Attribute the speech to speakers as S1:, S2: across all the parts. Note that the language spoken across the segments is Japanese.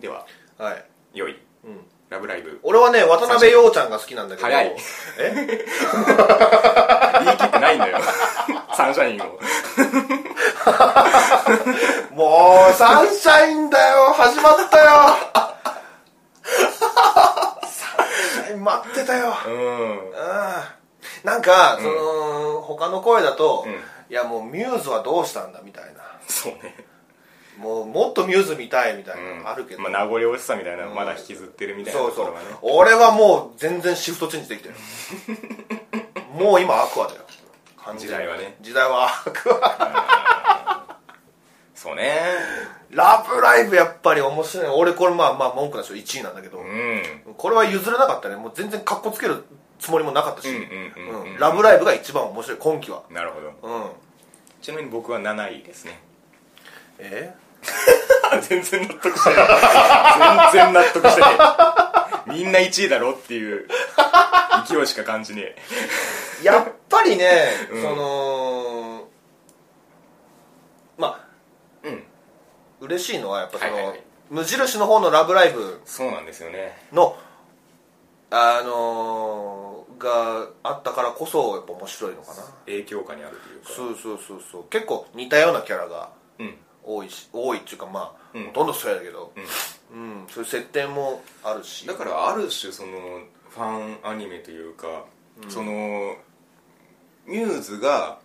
S1: では
S2: はい、
S1: 良い
S2: うん、
S1: 「ラブライブ
S2: 俺はね渡辺陽ちゃんが好きなんだけど
S1: 早い
S2: え」
S1: 言い切ってないんだよ サンシャインを
S2: もうサンシャインだよ始まったよサンシャイン待ってたよ
S1: うん
S2: うんなんか、その他の声だと、
S1: うん
S2: いやもうミューズはどうしたんだみたいな
S1: そうね
S2: もうもっとミューズ見たいみたいな、
S1: うん
S2: あるけど、
S1: まあ、名残惜しさみたいな、まだ引きずってるみたいな
S2: そ
S1: とこ
S2: うそう
S1: ろがね
S2: 俺はもう全然シフトチェンジできてるもう今アクアだよ感じ
S1: 時代はね
S2: 時代はアクア
S1: そうね
S2: ラブライブやっぱり面白い俺これまあまあ文句なしで1位なんだけど、
S1: うん
S2: これは譲れなかったねもう全然カッコつけるつもりもなかったし
S1: うんうんうんうん
S2: うんラブライブが一番面白い今季は
S1: なるほど
S2: うん
S1: ちなみに僕は7位です ね
S2: え
S1: 全然納得してない 全然納得してないみんな1位だろっていう勢いしか感じね
S2: やっぱりね、
S1: うん
S2: そのま
S1: えうん
S2: あ嬉しいのはやっぱその、
S1: はいはいはい
S2: 無印の方の「ラブライブ
S1: そうなんですよね
S2: の」あのーがあったからこそやっぱ面白いのかな
S1: 影響下にあるというか
S2: そうそうそうそう結構似たようなキャラが
S1: うん
S2: 多いし多いっていうかまあ、
S1: うん
S2: ほとんどそうやけど、うんそういう設定もあるし
S1: だからある種そのファンアニメというか、そのミューズが、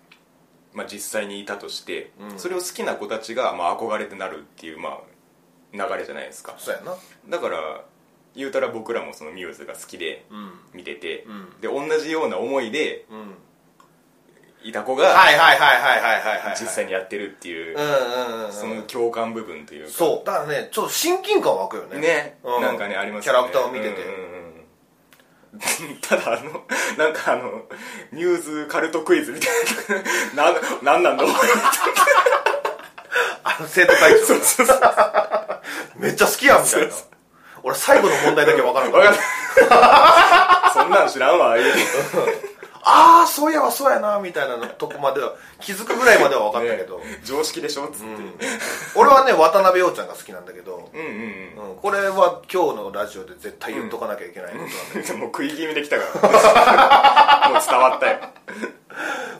S1: まあ、実際にいたとして、それを好きな子たちが、まあ、憧れてなるっていう、まあ、流れじゃないですか
S2: そうやな
S1: だから言うたら僕らもそのミューズが好きで
S2: うん
S1: 見てて、
S2: うん
S1: で同じような思いで
S2: うん
S1: いた子が
S2: はいはいはいはいはいはいはい
S1: 実際にやってるっていう、
S2: うんうんうんうん
S1: その共感部分というか
S2: そうだからねちょっと親近感湧くよね
S1: ね、
S2: うん
S1: なんかねありますよね
S2: キャラクターを見てて
S1: うんうんうん ただあのなんかあのミューズカルトクイズみたいな なん なんなんだろう
S2: あの生徒会長が
S1: そうそうわ
S2: めっちゃ好きやんみたいな
S1: そう
S2: 俺最後の問題だけ分か らんか
S1: からんないそんなん知らんわ言うて
S2: ああそういえばそうやなみたいなのとこまでは気づくぐらいまでは分かったけど、
S1: ね常識でしょっつって、うん、
S2: 俺はね渡辺陽ちゃんが好きなんだけど、
S1: うんうん
S2: うん、これは今日のラジオで絶対言っとかなきゃいけないことなんだけ
S1: でも食い気味できたから もう伝わったよ
S2: ど、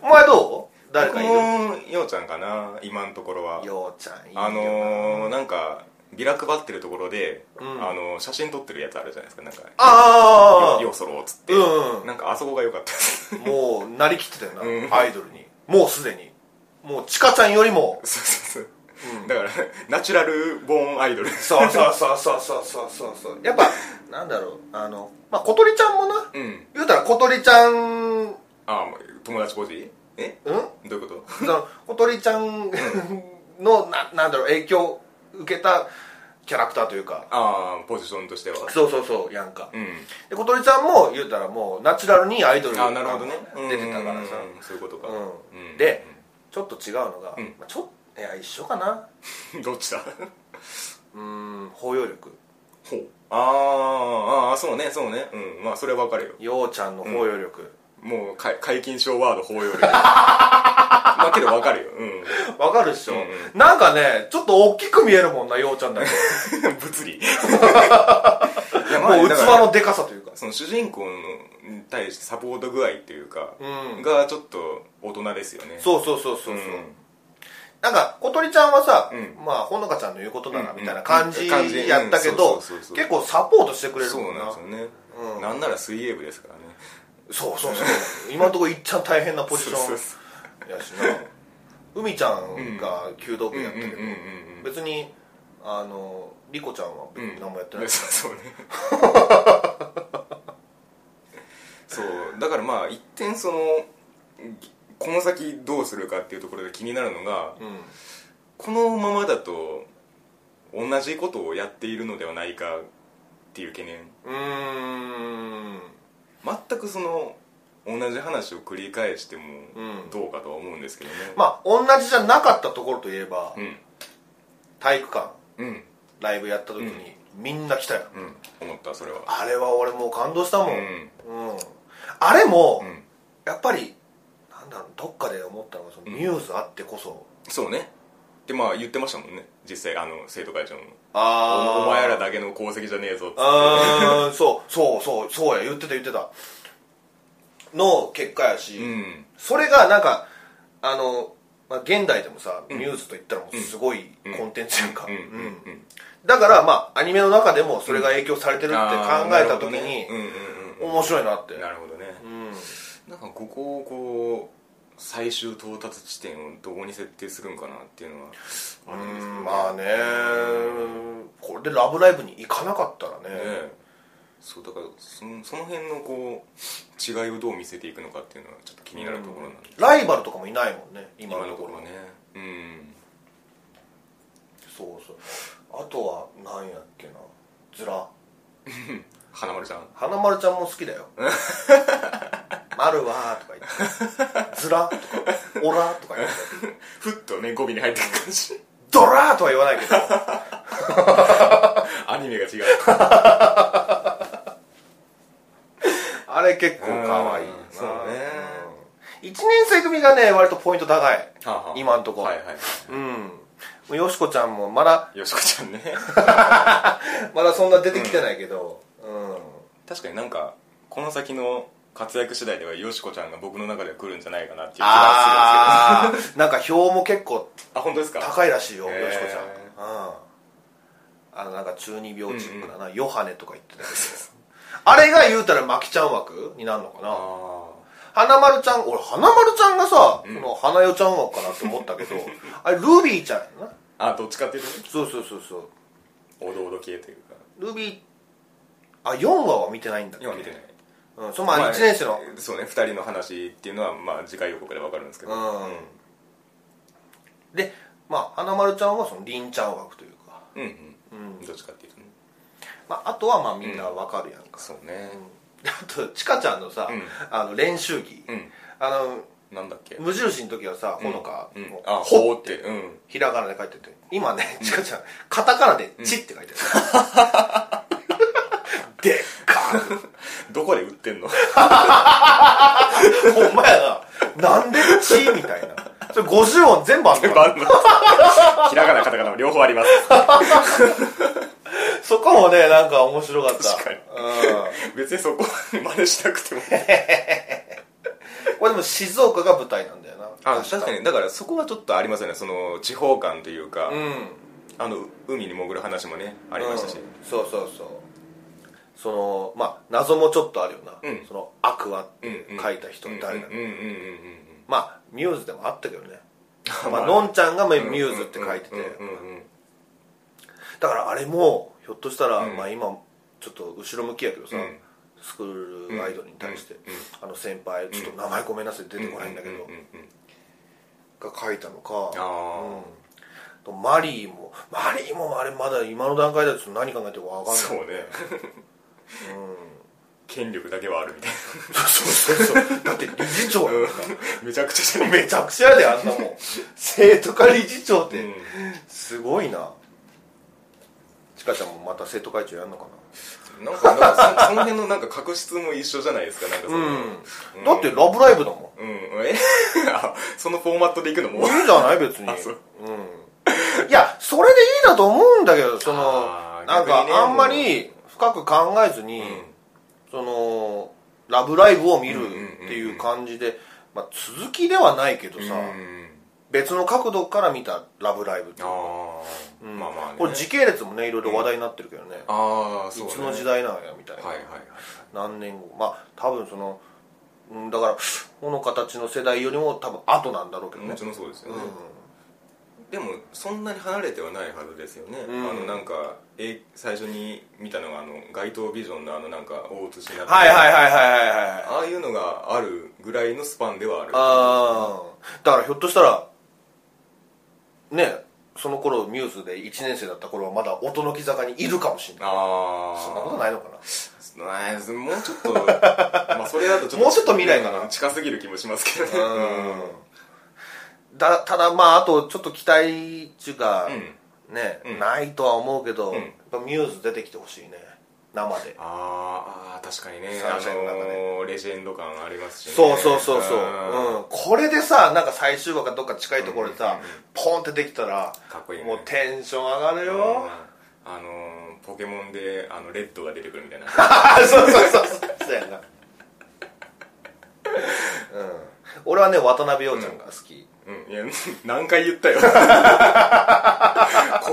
S2: お前どう誰かいる
S1: もうようちゃんかな今のところは
S2: 陽ちゃんいいよ
S1: あのー、なんかビラ配ってるところで、
S2: ん
S1: あのー写真撮ってるやつあるじゃないですかなんか
S2: ああ
S1: ようそろうっつって、
S2: うんうん
S1: なんかあそこが良かったです
S2: もうなりきってたよな、
S1: うん
S2: アイドルにもうすでにもうチカちゃんよりも
S1: そうそうそう、だからナチュラルボーンアイドル
S2: そうそうそうそうそうそうそうそうやっぱなんだろうあのまあ小鳥ちゃんもな
S1: うん
S2: 言うたら小鳥ちゃんん
S1: ああ友達ポジえどういうこと
S2: その小鳥ちゃんのななんだろう影響を受けたキャラクターというか
S1: ああポジションとしては
S2: そうそうそうやんか、
S1: うん
S2: で小鳥ちゃんも言うたらもうナチュラルにアイドル
S1: ああなるほどね
S2: 出てたか
S1: うん
S2: らさ
S1: うんうんそういうことか、
S2: うん
S1: うん
S2: でちょっと違うのが、
S1: ん
S2: まあ、ちょっいや一緒かな
S1: どっちだ
S2: うーん包容力
S1: ほうあーあーそうねそうねうんまあそれはわかるよ
S2: ようちゃんの包容力、
S1: もうか解禁症ワード包 容力まあけどわかるようん
S2: わかるっしょ、
S1: うんう
S2: なんかねちょっと大きく見えるもんなようちゃんだけど
S1: 物 理いやまあ
S2: もう器
S1: だから
S2: のでかさというか
S1: その主人公のに対してサポート具合っていうか、
S2: うん
S1: がちょっと大人ですよねう
S2: そうそうそうそうそう、
S1: ん
S2: なんか小鳥ちゃんはさ、
S1: うん
S2: まあほのかちゃんの言うことなら
S1: うん
S2: みたいな感じ
S1: 感じ
S2: やったけ
S1: う
S2: ど
S1: んそうそうそうそう
S2: 結構サポートしてくれる
S1: そう
S2: も
S1: ん
S2: な
S1: なんですよね、なんなら水泳部ですからね
S2: そうそうそう今のところいっちゃん大変なポジショ
S1: そうそう
S2: ン
S1: そ
S2: やしな海ちゃんが弓道部やったけど、
S1: うんうんうんうんうん
S2: 別にあの莉子ちゃんは別に何もやって
S1: う
S2: ない、
S1: そうそうねそうだからまあ一点そのぎこの先どうするかっていうところで気になるのが、
S2: うん
S1: このままだと同じことをやっているのではないかっていう懸念
S2: うーん
S1: 全くその同じ話を繰り返しても
S2: うん
S1: どうかとは思うんですけどね、
S2: まあ同じじゃなかったところといえば、
S1: うん
S2: 体育館
S1: うん
S2: ライブやった時に、みんな来たよ
S1: うん思ったそれは
S2: あれは俺もう感動したもん、
S1: うん
S2: うんあれも、
S1: うん
S2: やっぱりなんだろうどっかで思ったのがそのミューズあってこそ
S1: そうねでまあ言ってましたもんね実際あの生徒会長も
S2: あ
S1: おお前らだけの功績じゃねえぞって
S2: あーそうそうそうそうや言ってた言ってたの結果やし、
S1: うん
S2: それがなんかあの、まあ、現代でもさ、ミューズといったらもうすごいコンテンツやんか、
S1: うんうん
S2: うん
S1: うん
S2: だからまあアニメの中でもそれが影響されてるって考えた
S1: あーなるほど
S2: 時に、
S1: ねうんうんうん
S2: 面白いなって
S1: うんなるほどね
S2: うん
S1: なんかここをこう最終到達地点をどこに設定するんかなっていうのはあるんですけど
S2: う
S1: ね
S2: んまあねこれで「ラブライブ!」に行かなかったらね
S1: ねそうだからそのその辺のこう違いをどう見せていくのかっていうのはちょっと気になるところなんで、
S2: ライバルとかもいないもんね今
S1: 今
S2: の
S1: の
S2: と
S1: と
S2: こ
S1: こ
S2: ろ
S1: ろねうん
S2: そうそうあとは何やっけなズラ
S1: 花丸ちゃん
S2: 花丸ちゃんも好き だよ「丸は」とか言って「ズラ」とか「オラ」とか言って
S1: ふっとね語尾に入ってくる感じ
S2: 「ドラ」とは言わないけど
S1: アニメが違 う
S2: あれ結構可愛いな
S1: うんそうね
S2: 1年生組がね割とポイント高い
S1: はあはあ
S2: 今んとこ
S1: はいはい
S2: うんよしこちゃんもまだ
S1: よしこちゃんね
S2: まだそんな出てきてないけどうん、
S1: 確かになんかこの先の活躍次第ではよしこちゃんが僕の中では来るんじゃないかなっていう気が
S2: ああなんか票も結構
S1: するんですけどあ本当ですか
S2: 高いらしいよ、
S1: へー
S2: よしこちゃんうんあのなんか中二病チックだな、ヨハネとか言ってたけどあれが言うたらまきちゃん枠になるのかな
S1: あ
S2: 花丸ちゃん俺花丸ちゃんがさ、この花代ちゃん枠かなって思ったけ どあれルビーちゃんやな
S1: ああどっちかっていう
S2: そうそうそうそう
S1: とおどおど系というか
S2: ルビーあ4話は見てないんだっけ
S1: 今見てない
S2: うん、そのまあ1年生の
S1: そうね2人の話っていうのはまあ次回予告で分かるんですけど
S2: うんでまあ花丸ちゃんはその凛ちゃん枠というか、
S1: うんうんどっちかっていうとね
S2: まあ、あとはまあみんなわかるやんか、
S1: そうね
S2: であとちかちゃんのさ、
S1: うん
S2: あの練習着、
S1: うん
S2: あの
S1: なんだっけ
S2: 無印の時はさほのか、
S1: うん
S2: もう
S1: あ
S2: ほ
S1: ほうってうん
S2: ひらがなで書いてて今ねちかちゃんカタカナで「ち」って書いてる、でっか
S1: どこで売ってんの
S2: ほんまやななんで「ち」みたいなそれ50音全部あんの
S1: バ
S2: かな
S1: ンドひらがなカタカナも両方あります
S2: そこもねなんか面白かった
S1: 確かに別にそこ真似したくても
S2: うん、これでも静岡が舞台なんだよな
S1: あ確かにだからそこはちょっとありますよねその地方感というか、
S2: うん
S1: あの海に潜る話もねありましたし、
S2: うんそうそうそうそのまあ謎もちょっとあるよな、
S1: うん
S2: その「アクア」って
S1: うんうん
S2: 書いた人誰なの、
S1: うんうんうんうんうん
S2: まあミューズでもあったけど ね
S1: あ
S2: まあ、のんちゃんがまあ
S1: うん
S2: ミューズって書いてて、
S1: うんうんうんうん
S2: だからあれもひょっとしたら、
S1: うん
S2: まあ今ちょっと後ろ向きやけどさ、
S1: うん
S2: スクールアイドルに対して、
S1: うんうん
S2: あの先輩ちょっと名前ごめんなさい出てこないんだけど、
S1: ううんうん
S2: が書いたのか
S1: あ
S2: うん、マリーもマリーもあれまだ今の段階だとちょっと何考えてるか分かんない
S1: そうね権力だけはあるみたい
S2: そう そうそうだって理事長やもんな
S1: なめちゃくちゃじゃね
S2: めちゃくちゃやであんなもん生徒会理事長っ
S1: え
S2: てすごいなちかちゃんもまた生徒会長やんのか
S1: うんなんかなんかそその辺のなんか確執も一緒じゃないですかなんかそ
S2: な
S1: の、
S2: うんだって「ラブライブ!」だも
S1: うんえ あそのフォーマットでいくのも
S2: んいいじゃない別に
S1: あそう
S2: うんいやそれでいいだと思うんだけどその
S1: あー
S2: なん
S1: 逆にね
S2: かあんまり深く考えずに、その「ラブライブ!」を見るっていう感じで、まあ、続きではないけどさ、
S1: うん
S2: 別の角度から見た「ラブライブ!」って
S1: ああ、まあまあね
S2: これ時系列もねいろいろ話題になってるけどね、
S1: ああそう
S2: い
S1: ね
S2: つの時代なんやみたいな、
S1: はいはいはい
S2: 何年後まあ多分そのうんだからこの形の世代よりも多分後なんだろうけど
S1: も
S2: ね
S1: ちろんそうですよね、でもそんなに離れてはないはずですよね、
S2: ん
S1: あのなんかえ最初に見たのがあの街頭ビジョンのあのなんか大写しになって
S2: はいはいはいいはいはいはい
S1: ああいうのがあるぐらいのスパンではある
S2: あーだからひょっとしたらねその頃ミューズで1年生だった頃はまだ音の木坂にいるかもしれない
S1: ああ
S2: そんなことないのかな
S1: ねもうちょ っとまあそれだとちょっと
S2: もうちょっと未来かな
S1: うん近すぎる気もしますけどね
S2: うんだただまああとちょっと期待っていうか、
S1: うん
S2: ね、
S1: うん
S2: ないとは思うけど、
S1: ん
S2: やっぱミューズ出てきてほしいね生で
S1: あーあー確かにねあ
S2: 最初の中で
S1: のーレジェンド感ありますしね
S2: そうそうそうそう、
S1: ん
S2: うん、これでさなんか最終話かどっか近いところでさ、ポンってできたら
S1: かっこいいね
S2: もうテンション上がるよ、
S1: あのーポケモンであのレッドが出てくるみたいな
S2: あ そうそうそうそうそうやなうん俺はね渡辺陽ちゃんが好き、
S1: うんいや何回言 ったよ呼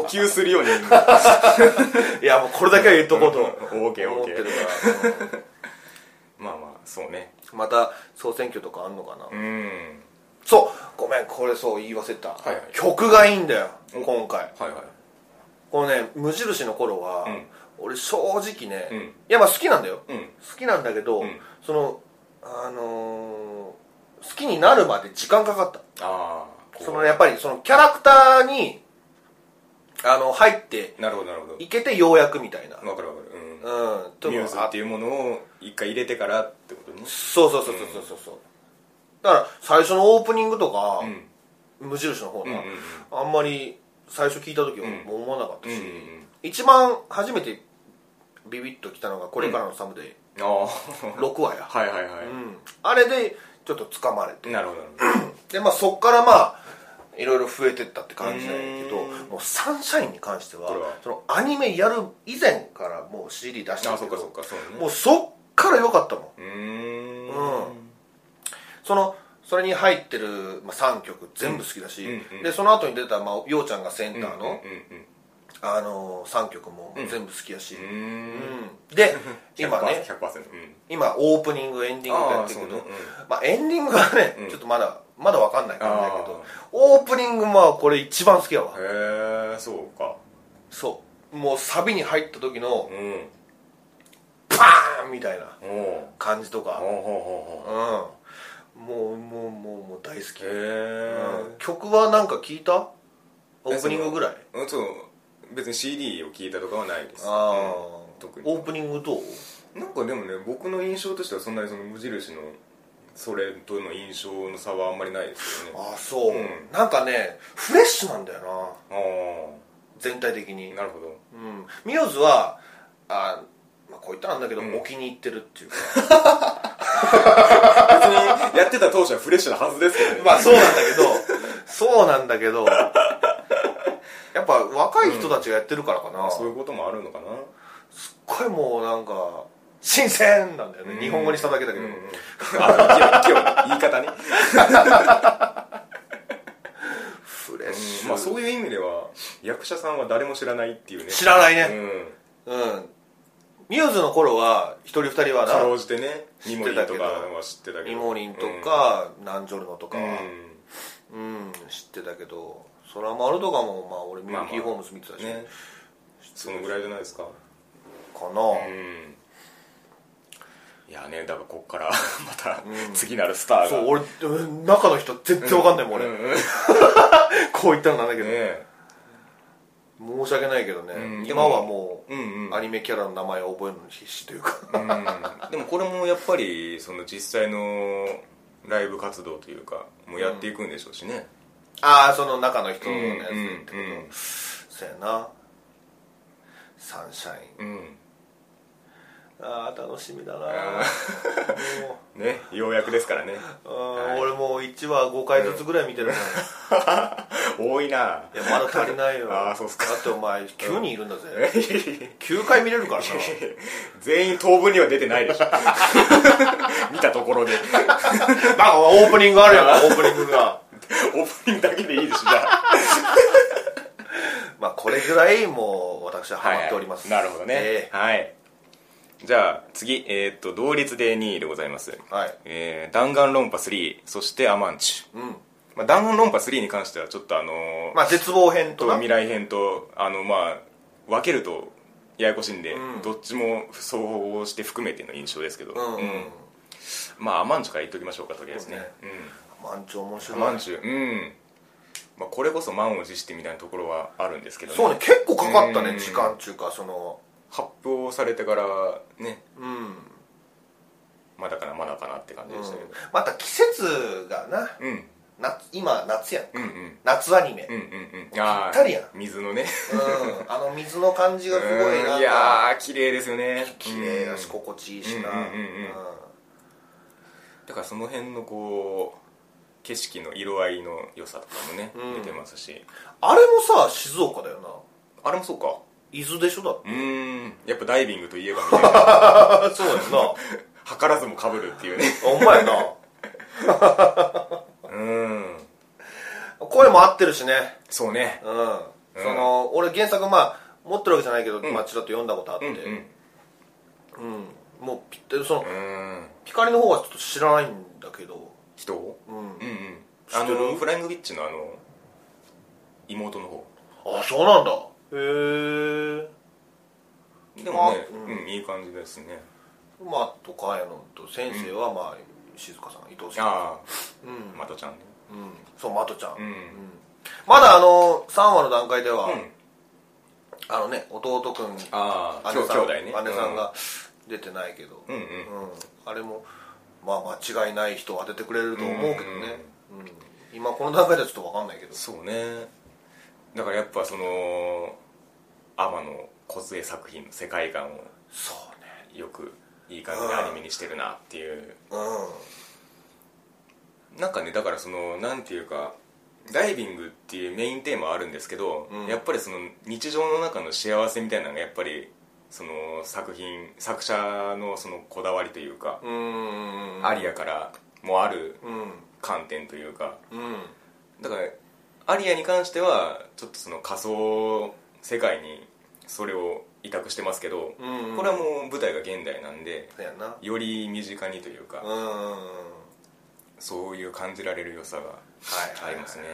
S1: 吸する ように
S2: いやもうこれだけは言っとこうと思って
S1: オーケーオーケ
S2: る
S1: ー
S2: から、うん
S1: まあまあそうね
S2: また総選挙とかあんのかな、
S1: うん
S2: そうごめんこれそう言い忘れた、
S1: はいはい
S2: 曲がいいんだよ今回
S1: はいはい
S2: このね無印の頃は、
S1: ん
S2: 俺正直ね、
S1: うん
S2: いやまあ好きなんだよ、
S1: うん
S2: 好きなんだけど、
S1: うん
S2: そのあのー好きになるまで時間かかった
S1: ああ
S2: そのやっぱりそのキャラクターにあの入って
S1: なるほどなるほ
S2: いけてようやくみたいな、
S1: どわかるわかるうん
S2: うんと
S1: ミューズ
S2: あ
S1: っていうものを一回入れてからってことね
S2: そうそうそうそうそうそう、だから最初のオープニングとか、
S1: ん
S2: 無印の方
S1: う
S2: の、
S1: んうん
S2: あんまり最初聞いた時は
S1: うん
S2: 思わなかったし、
S1: うんうん
S2: 一番初めてビビッときたのが「これからのサムデイ
S1: ああ」
S2: 6話や、
S1: はいはいは
S2: うん、あれでちょっと掴まれて
S1: いなるほどなる
S2: で、まあ、そっからまあいろいろ増えてったって感じなんやけど
S1: うーん
S2: もうサンシャインに関しては
S1: これは
S2: そのアニメやる以前からもう CD 出し
S1: ほどあ
S2: たけ
S1: そっ
S2: ど
S1: かそっかそうね
S2: もうそっから良かったもん
S1: うーん
S2: うんそのそれに入ってる、まあ、3曲全部好きだし、
S1: うんうん
S2: でその後に出た、まあ、ようちゃんがセン
S1: う
S2: タ
S1: ん
S2: ーの、
S1: うんうん
S2: あのー、3曲も全部好きやし、
S1: うーん
S2: うん で今ね
S1: 100%うん
S2: 今オープニングエンディングとやってるけど、
S1: あーそうね
S2: まあ、エンディングはね、
S1: うん
S2: ちょっとまだまだわかんない感じだけどオープニングまあこれ一番好きやわ
S1: へえそうか
S2: そうもうサビに入った時の
S1: うん
S2: パーンみたいな
S1: おお
S2: 感じと
S1: ほう
S2: か、
S1: ほうほ
S2: う、
S1: うん
S2: もうもうもうもう大好き、
S1: ほうへ
S2: うん曲はなんか聞いたオープニングぐらい
S1: えうんそう別に CD を聞いたとかはないです
S2: ああ、
S1: うん特に
S2: オープニングどう
S1: なんかでもね僕の印象としてはそんなにその無印のそれとの印象の差はあんまりないですよね
S2: ああそう、
S1: うん
S2: なんかねフレッシュなんだよな
S1: ああ
S2: 全体的に
S1: なるほど
S2: うん、ミューズはあ、まあ、こう言ったらなんだけど、
S1: うん
S2: お気に入ってるっていうか
S1: 別にやってた当初はフレッシュなはずですけどね
S2: まあそうなんだけど そうなんだけどやっぱ若い人たちがやってるからかな、
S1: あ
S2: す
S1: そう
S2: っ
S1: いうこともあるのかな
S2: ごいもうなんか新鮮なんだよね、
S1: うん
S2: 日本語にしただけだけど、
S1: うんうんあ勢い勢い言い方ね
S2: フレッシ
S1: う
S2: ュ、
S1: んまあそういう意味では役者さんは誰も知らないっていうね
S2: 知らないね
S1: うん
S2: うん、ミューズの頃は一人二人は
S1: かろ
S2: な
S1: うじてね
S2: 知
S1: ニ
S2: っ
S1: モリ
S2: て
S1: ン
S2: たけど
S1: とかは知ってたけど
S2: イモリンとか、ナンジョルノと
S1: う
S2: か
S1: ん、
S2: は、うん、知ってたけどそら丸とかもまあ俺ミルキーホームズ見てたし、
S1: ねそのぐらいじゃないですか
S2: かな、
S1: うんいやねだからこっから また次なるスターが
S2: そう俺中の人全然わかんないもん、
S1: う
S2: 俺
S1: んうんね
S2: こう言ったらなんだけど、
S1: え
S2: 申し訳ないけどね、
S1: うん
S2: 今はもう、
S1: うんうん
S2: アニメキャラの名前を覚えるのに必死というか
S1: うんでもこれもやっぱりその実際のライブ活動というかもうやっていくんでしょうしね
S2: ああその中の人のやつってこと、
S1: うんうんうん
S2: そやなサンシャイン
S1: うん
S2: ああ楽しみだな
S1: あ
S2: も
S1: ねようやくですからね
S2: ううん
S1: はい
S2: 俺もう1話5回ずつぐらい見てるもん、
S1: 多いない
S2: やまだ足りないよ
S1: あーそうっすか
S2: だってお前9人いるんだぜ、
S1: えへ
S2: 9回見れるからな
S1: へ 全員当分には出てないでしょ 見たところで
S2: なんかオープニングあるやんか オープニングが
S1: オープニングだけでいいでしょじゃあ
S2: まあこれぐらいもう私はハマっております、
S1: はいはいなるほどね、
S2: え
S1: はいじゃあ次えーっと同率で2位でございます
S2: えはい
S1: えー弾丸論破3そしてアマンチュ、
S2: うん
S1: まあ、弾丸論破3に関してはちょっとあのー
S2: まあ絶望編と
S1: と
S2: な
S1: 未来編とあのまあ分けるとややこしいんで、どっちも総合して含めての印象ですけど、
S2: うん、う
S1: う
S2: ん
S1: んまあアマンチュから言っときましょうかとりあえずね
S2: そうね満潮面
S1: う
S2: 白
S1: ん、
S2: い
S1: アマンチュうん、まあ、これこそ満を持してみたいなところはあるんですけど
S2: そうね結構かかった
S1: うん
S2: ね時間中かその
S1: 発表されてからね
S2: うん
S1: まだかなまだかなって感じでしたけど
S2: また季節がな
S1: うん
S2: 夏今夏やん
S1: うんうん
S2: 夏アニメ、
S1: うんうんうん
S2: ぴったりやん
S1: あー水のね
S2: うん、あの水の感じがすごい
S1: うん
S2: な
S1: い
S2: んか
S1: やー綺麗ですよね
S2: 綺麗
S1: う
S2: だ
S1: ん
S2: し心地いいしな、
S1: うんうんうんうんだからその辺のこう景色の色合いの良さとかもね、
S2: うん
S1: 出てますし
S2: あれもさ静岡だよな
S1: あれもそうか
S2: 伊豆でしょだっ
S1: うーんやっぱダイビングといえばみたいな
S2: てそうやんな
S1: 図らずも被るっていうね
S2: お 前な
S1: うん
S2: 声も合ってるしね
S1: そうね
S2: うん、その俺原作まあ持ってるわけじゃないけど、
S1: ん
S2: まあ、ちらっと読んだことあっ
S1: う
S2: て、
S1: んう
S2: うんんもうぴったりその
S1: うん
S2: ピカリの方はちょっと知らないんだけど
S1: 人を
S2: うん、
S1: うんうん
S2: 知
S1: あ
S2: ってる
S1: のフライングウィッチのあの妹の方
S2: あそうなんだへえ
S1: でもね
S2: あうん
S1: うんいい感じですね
S2: まあとかやのと先生はまあ、静香さん伊藤さん
S1: あ
S2: うん、うん
S1: あ、またちゃんね
S2: そうマトちゃん、
S1: う
S2: うん
S1: ん
S2: まだあの3話の段階では、
S1: うん
S2: あのね弟くん姉さ
S1: ああ
S2: ん
S1: 兄弟ね
S2: 姉さんが出てないけど、
S1: うんうんうん
S2: うんあれもまあ間違いない人を当ててくれると思うけどね、うん今この段階ではちょっと分かんないけど
S1: そうねだからやっぱその天野梢作品の世界観を
S2: そうね
S1: よくいい感じでアニメにしてるなっていう
S2: う
S1: なんかねだからそのなんていうかダイビングっていうメインテーマはあるんですけど、
S2: うん
S1: やっぱりその日常の中の幸せみたいなのがやっぱりその作品作者のそのこだわりというか、
S2: んうん
S1: アリアからもある
S2: うん
S1: 観点というか
S2: うん
S1: だからアリアに関してはちょっとその仮想世界にそれを委託してますけど、
S2: うんうん
S1: これはもう舞台が現代なんで
S2: そうやんな
S1: より身近にというか、
S2: うんうんうん
S1: そういう感じられる良さがありますね、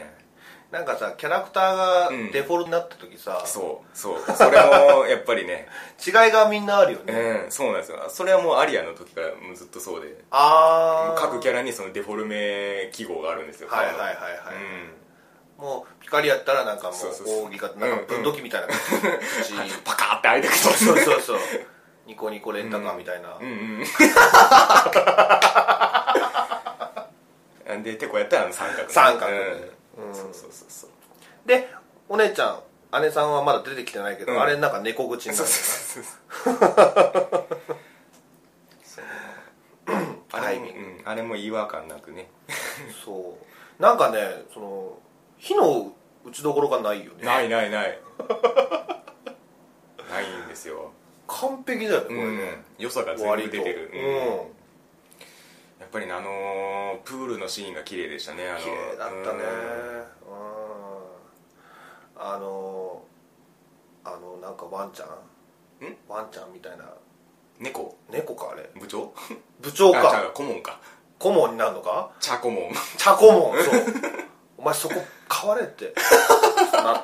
S2: なんかさキャラクターが
S1: うん
S2: デフォルトになった時さ、
S1: そうそうそれもやっぱりね、
S2: 違いがみんなあるよね、
S1: うん、そうなんですよそれはもうアリアの時からもうずっとそうで
S2: ああ
S1: 各キ
S2: ャ
S1: ャラにそのデフォルメ記号があるんですよ
S2: はいはいはいはい、もうピカリやったらなんかも
S1: そうそう
S2: う
S1: そう
S2: 扇がなんか分度器みたい な感じ、
S1: うん、パカーって開いてくる
S2: そうそうそうニコニコレンタカーみたいな、
S1: うんうんうん でてこやったらあの三角
S2: 三角ね
S1: うん
S2: うん
S1: そうそうそうそう
S2: でお姉ちゃん姉さんはまだ出てきてないけど、
S1: うん
S2: あれなんか猫口に
S1: そ
S2: な
S1: う
S2: る
S1: そうそうそうそうあ
S2: タ
S1: れ
S2: イ
S1: も、
S2: ミング
S1: うん、あれも違和感なくね
S2: そうなんかねその火の打ちどころがないよ ね
S1: ないないない ないんですよ、
S2: 完璧だよねこ
S1: う
S2: れ
S1: ん
S2: ね、、
S1: 良さが全部
S2: 割
S1: 出
S2: と
S1: てる、
S2: うん
S1: やっぱりねあのープールのシーンが綺麗でしたねあの
S2: 綺麗だったね
S1: うん
S2: うんあのあのなんかワンちゃん
S1: ん
S2: ワンちゃんみたいな
S1: 猫
S2: 猫かあれ
S1: 部長
S2: 部長
S1: あちゃ
S2: か
S1: う顧問か
S2: 顧問になるのか
S1: 茶顧問
S2: 茶顧問 そうお前そこ買われって なった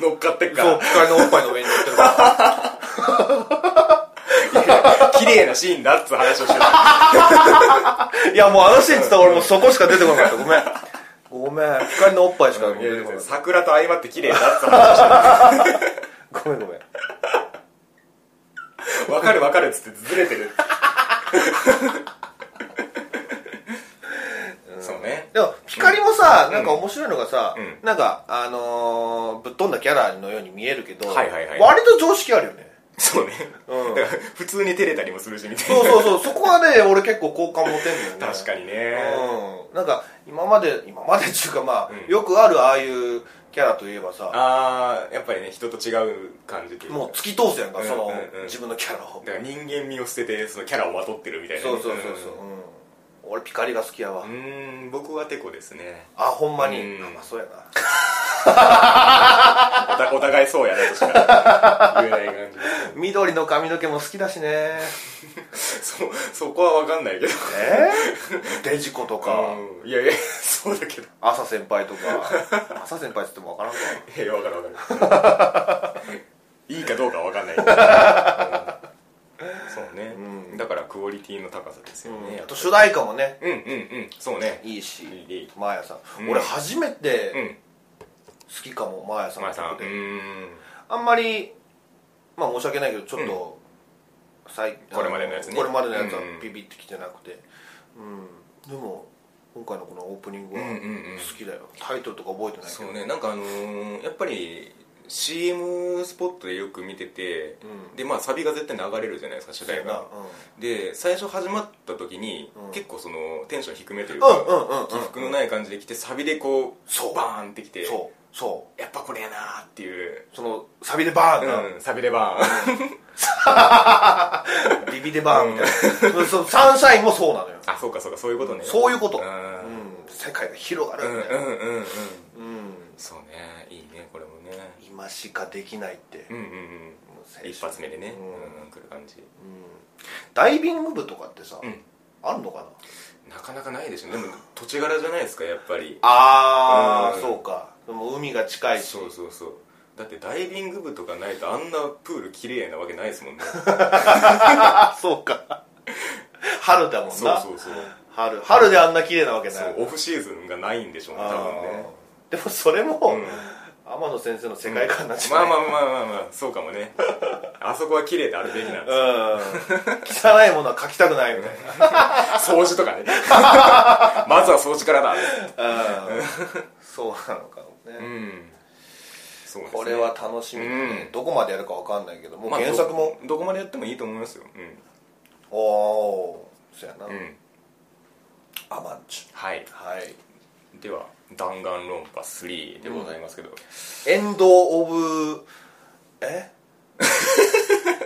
S2: け
S1: 乗っかってっか
S2: どそ
S1: ら
S2: うピカリのおっぱいの上に乗ってるから
S1: 綺麗なシーンだっつう話をしてた
S2: いやもうあのシーンっつったら俺もうそこしか出てこなかったごめんごめんピカリのおっぱいしか
S1: い
S2: 出
S1: やい
S2: て
S1: や
S2: こ
S1: い
S2: な
S1: や
S2: かっ
S1: 桜と相まって綺麗だっつう話をして
S2: たごめんごめん
S1: たわかるわかるっつってずれてる そうね
S2: でもピカリもさ、なんか面白いのがさ、
S1: う
S2: なんかあのー、ぶっ飛んだキャラのように見えるけど、
S1: はいはいはい
S2: 割と常識あるよね
S1: そうね、
S2: うん
S1: だから普通に照れたりもするしみたいな
S2: そうそう そうそこはね俺結構好感持てんだよね
S1: 確かにね
S2: うんなんか今まで今までっていうかまあ、
S1: うん
S2: よくあるああいうキャラといえばさ
S1: ああやっぱりね人と違う感じというか
S2: もう突き通すやんか、その、
S1: うんうんうん
S2: 自分のキャラを
S1: だから人間味を捨ててそのキャラをまとってるみたいな
S2: そうそうそうそう、うん俺ピカリが好きやわ、
S1: うんうーん僕はてこです ね
S2: あほんまに、
S1: うん
S2: あまあそうやな
S1: おたお互いそうやなとしか言えない感じで
S2: 緑の髪の毛も好きだし ね
S1: す そそこは分かんないけど
S2: えー、デジコとか、
S1: うんいやいやそうだけど
S2: 朝先 輩とか朝先輩っつっても分からんか
S1: いやいや分かる分かるいいかどうかは分かんないけど、 うんそうね、
S2: うん
S1: だからクオリティの高さですよね、
S2: うん
S1: やっ
S2: あ
S1: ぱ
S2: と主題歌もね
S1: りうんうんうんそうね
S2: いいし
S1: いいいい
S2: マーヤさん、
S1: うん
S2: 俺初め
S1: う
S2: て
S1: ん
S2: 好きかもマーヤさん
S1: ま
S2: の
S1: あさんう
S2: 曲で、
S1: ーん
S2: あんまりまあ申し訳ないけどちょっと、最
S1: これまでのやつね
S2: これまでのやつは
S1: うん
S2: ビビってきてなくてうん、でも今回のこのオープニングは
S1: うんうんうん
S2: 好きだよ、タイトルとか覚えてないけ
S1: そ
S2: ど
S1: うねなんかあのーやっぱり CM スポットでよく見てて、
S2: うん
S1: でまあサビが絶対流れるじゃないですか主題がで最初始まった時に、
S2: うん
S1: 結構そのテンション低めという
S2: う
S1: か、
S2: んうんうんうん
S1: 起伏のない感じで来てサビでこう
S2: そう
S1: バーンってきて
S2: そうそ
S1: やっぱこれやなーっていう、
S2: うそのサビでバーン
S1: う
S2: な、
S1: ん、サビでバーン
S2: ビビでバーンみたいな、そのサンシャインもそうなのよ、
S1: あそうかそうかそういうことね
S2: そういうこと、
S1: う
S2: うんん、世界が広がる
S1: うんうん
S2: みたいな、
S1: うんうん
S2: うん、
S1: そうねいいねこれもね
S2: 今しかできないって、
S1: うんうんうん一発目でね、
S2: う
S1: うんん来る感じ、
S2: ダイビング部とかってさ、
S1: うん
S2: あるのかな
S1: なかなかないでしょでも土地柄じゃないですかやっぱり
S2: あ
S1: う
S2: あ
S1: ん
S2: そうかでも海が近いし
S1: そうそうそうだってダイビング部とかないとあんなプール綺麗なわけないですもんね
S2: あそうか春だもんな
S1: そうそう そう
S2: 春春であんな綺麗なわけない
S1: そうオフシーズンがないんでしょうね多
S2: あ
S1: 分
S2: ー
S1: ね
S2: でもそれも、
S1: ん
S2: 天野先生の世界観になっち
S1: ま
S2: ゃ
S1: あ
S2: う、
S1: まあまあまあまあそうかもねあそこは綺麗であるべきなんで
S2: うん、汚いものは描きたくないみたい
S1: す掃除とかねまずは掃除からだ
S2: な、うん、そうなのかもね、
S1: うんそうですね
S2: これは楽しみだね、
S1: うん
S2: どこまでやるかわかんないけどもう
S1: まあ
S2: 原作も、
S1: どどこまでやってもいいと思いますよ
S2: おおーそうやな、
S1: うん、うん、
S2: アマンチ
S1: はい
S2: ュはい
S1: では弾丸論破3でございますけど、
S2: エンド・オブ え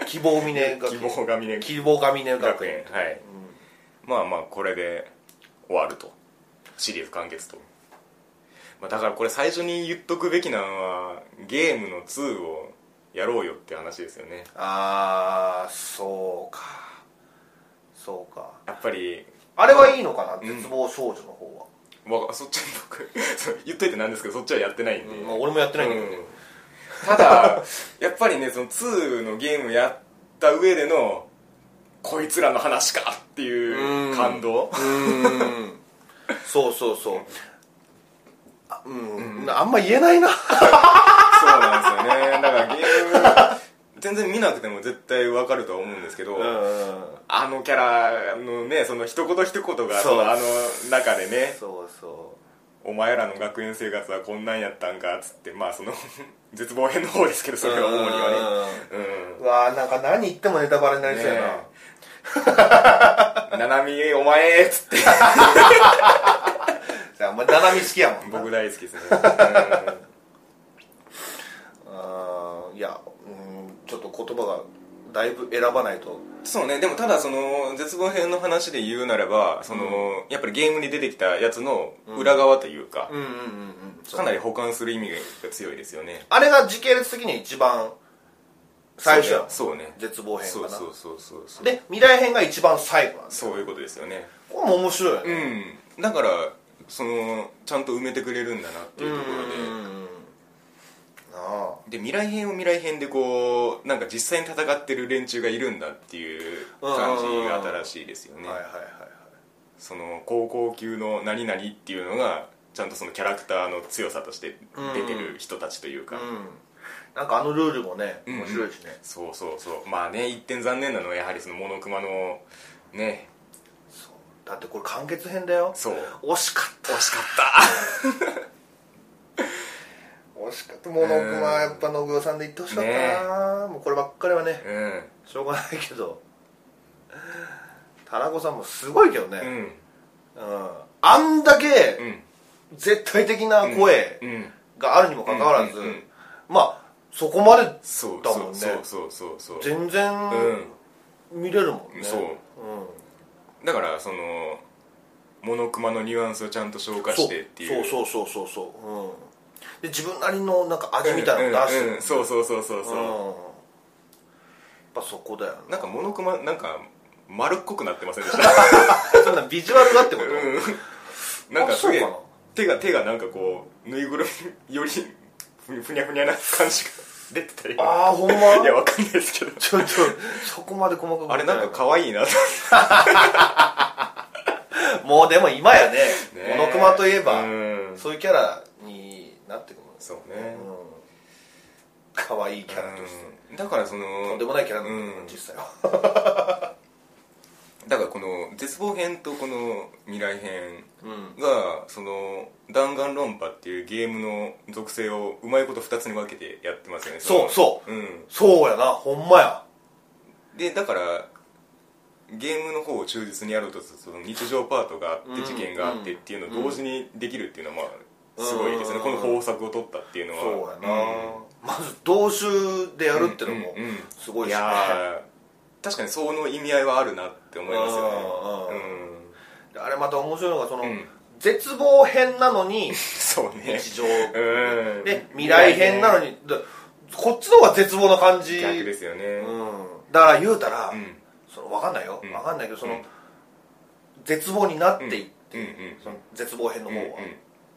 S2: 希望峰学
S1: 希望が見ね
S2: 希望神峰学
S1: 学
S2: 園
S1: 園はい、まあまあこれで終わるとシリーズ完結と、まあ、だからこれ最初に言っとくべきなのはゲームの2をやろうよって話ですよね
S2: ああそうかそうか
S1: やっぱり
S2: あれはいいのかな、
S1: うん
S2: 絶望少女の方は、
S1: わそっち僕 そう言っといてなんですけどそっちはやってないんで、
S2: まあ、俺もやってないんだけど、
S1: うんただやっぱりねその2のゲームやった上でのこいつらの話かっていう感動、
S2: うん そうそうそうあうん、あんま言えないな
S1: そうなんですよねだからゲーム全然見なくても絶対わかるとは思うんですけど、あのキャラのねその一言一言が
S2: そう
S1: そのあの中でね
S2: そうそ
S1: お前らの学園生活はこんなんやったんかっつってまあその 絶望編の方ですけど
S2: う
S1: それは主にはねうん
S2: うんうわーなんか何言ってもネタバレになりそうやな、
S1: ね「ななみお前」っつって
S2: じゃあお前七海好きやもんな
S1: 僕大好きですね、
S2: あーいや、うん、ちょっと言葉がだいぶ選ばないと
S1: うんそうねでもただその絶望編の話で言うならばその、やっぱりゲームに出てきたやつの裏側というか、
S2: うんうんうんうん
S1: かなり補完する意味が強いですよね
S2: あれが時系列的には一番最初やもん
S1: そうね
S2: 絶望編か
S1: そう
S2: な
S1: そうそうそうそう
S2: で未来編が一番最後なんです
S1: そういうことですよね
S2: これも面白いよね
S1: うんだからそのちゃんと埋めてくれるんだなっていうところで、
S2: うんうんうんなあ
S1: で未来編を未来編でこうなんか実際に戦ってる連中がいるんだっていう感じが新しいですよね
S2: はいはいはい
S1: その高校級の何々っていうのがちゃんとそのキャラクターの強さとして出てる人たちというか、
S2: はいうんなんかあのルールもね
S1: んうん
S2: 面白いしね、
S1: そうそうそうまあね一点残念なのはやはりそのモノクマのね
S2: そうだってこれ完結編だよ
S1: そう
S2: 惜しかった
S1: 惜しかった
S2: 惜しかったモノクマやっぱ信代さんで言ってほしかったな、もうこればっかりはね
S1: うん
S2: しょうがないけど田中さんもすごいけど
S1: う
S2: ね、
S1: ん
S2: うんあんだ
S1: う
S2: け
S1: ん
S2: 絶対的な声
S1: うん
S2: があるにもかかわら
S1: うん
S2: ず、
S1: うんうん
S2: まあそこまで
S1: そう
S2: だもんね
S1: そうそうそうそうそう
S2: 全然見れるもんね、
S1: うんそう
S2: うん
S1: だからそのモノクマのニュアンスをちゃんと消化してっていう
S2: そうそうそうそうそう、うん、で自分なりのなんか味みたいなの出して
S1: うんうんうんそうそうそうそう
S2: う
S1: そう
S2: ん、やっぱそこだよ
S1: なんかモノクマなんか丸っこくなってませんでした
S2: なそんなビジュアルだってこと、
S1: うんなんかすげえ
S2: あそうかな
S1: 手が手がなんかこうぬいぐるみ よりふにふにゃふにゃな感じが 出てたり
S2: ああほんま
S1: いやわかんないですけど
S2: ちょっとそこまで細かく
S1: あれなんか可愛いなと
S2: もうでも今やね
S1: ね
S2: モノクマといえば、
S1: うん
S2: そういうキャラになってくるもんです
S1: そうね
S2: うん可愛いキャラとして、
S1: うんだからその
S2: とんでもないキャラなんだけど、
S1: うん
S2: 実際は
S1: だからこの絶望編とこの未来編
S2: うん
S1: がその弾丸論破っていうゲームの属性をうまいこと2つに分けてやってますよね、
S2: そうそう
S1: うん、
S2: そうやなほんまや
S1: でだからゲームの方を忠実にやろうとするとその日常パートがあって
S2: うん
S1: 事件があってっていうのを同時にできるっていうのはまあ
S2: うん
S1: すごいですねこの方策を取ったっていうのは
S2: そうやな、まず同州でやるってのも
S1: うんうんうん
S2: すごい
S1: い
S2: しね、
S1: やー確かにその意味合いはあるなって思いますよね
S2: うん
S1: うん
S2: であれまた面白いのがその、
S1: ん
S2: 絶望編なのに
S1: そうね
S2: 日常
S1: うん
S2: で未来編なのにだこっちの方が絶望な感じ
S1: 逆ですよね
S2: うん、だから言うたら、
S1: うん
S2: その分かんないよ、
S1: うん
S2: 分かんないけどその、
S1: うん
S2: 絶望になっていっ
S1: うんうん
S2: その絶望編の方は、
S1: うんうん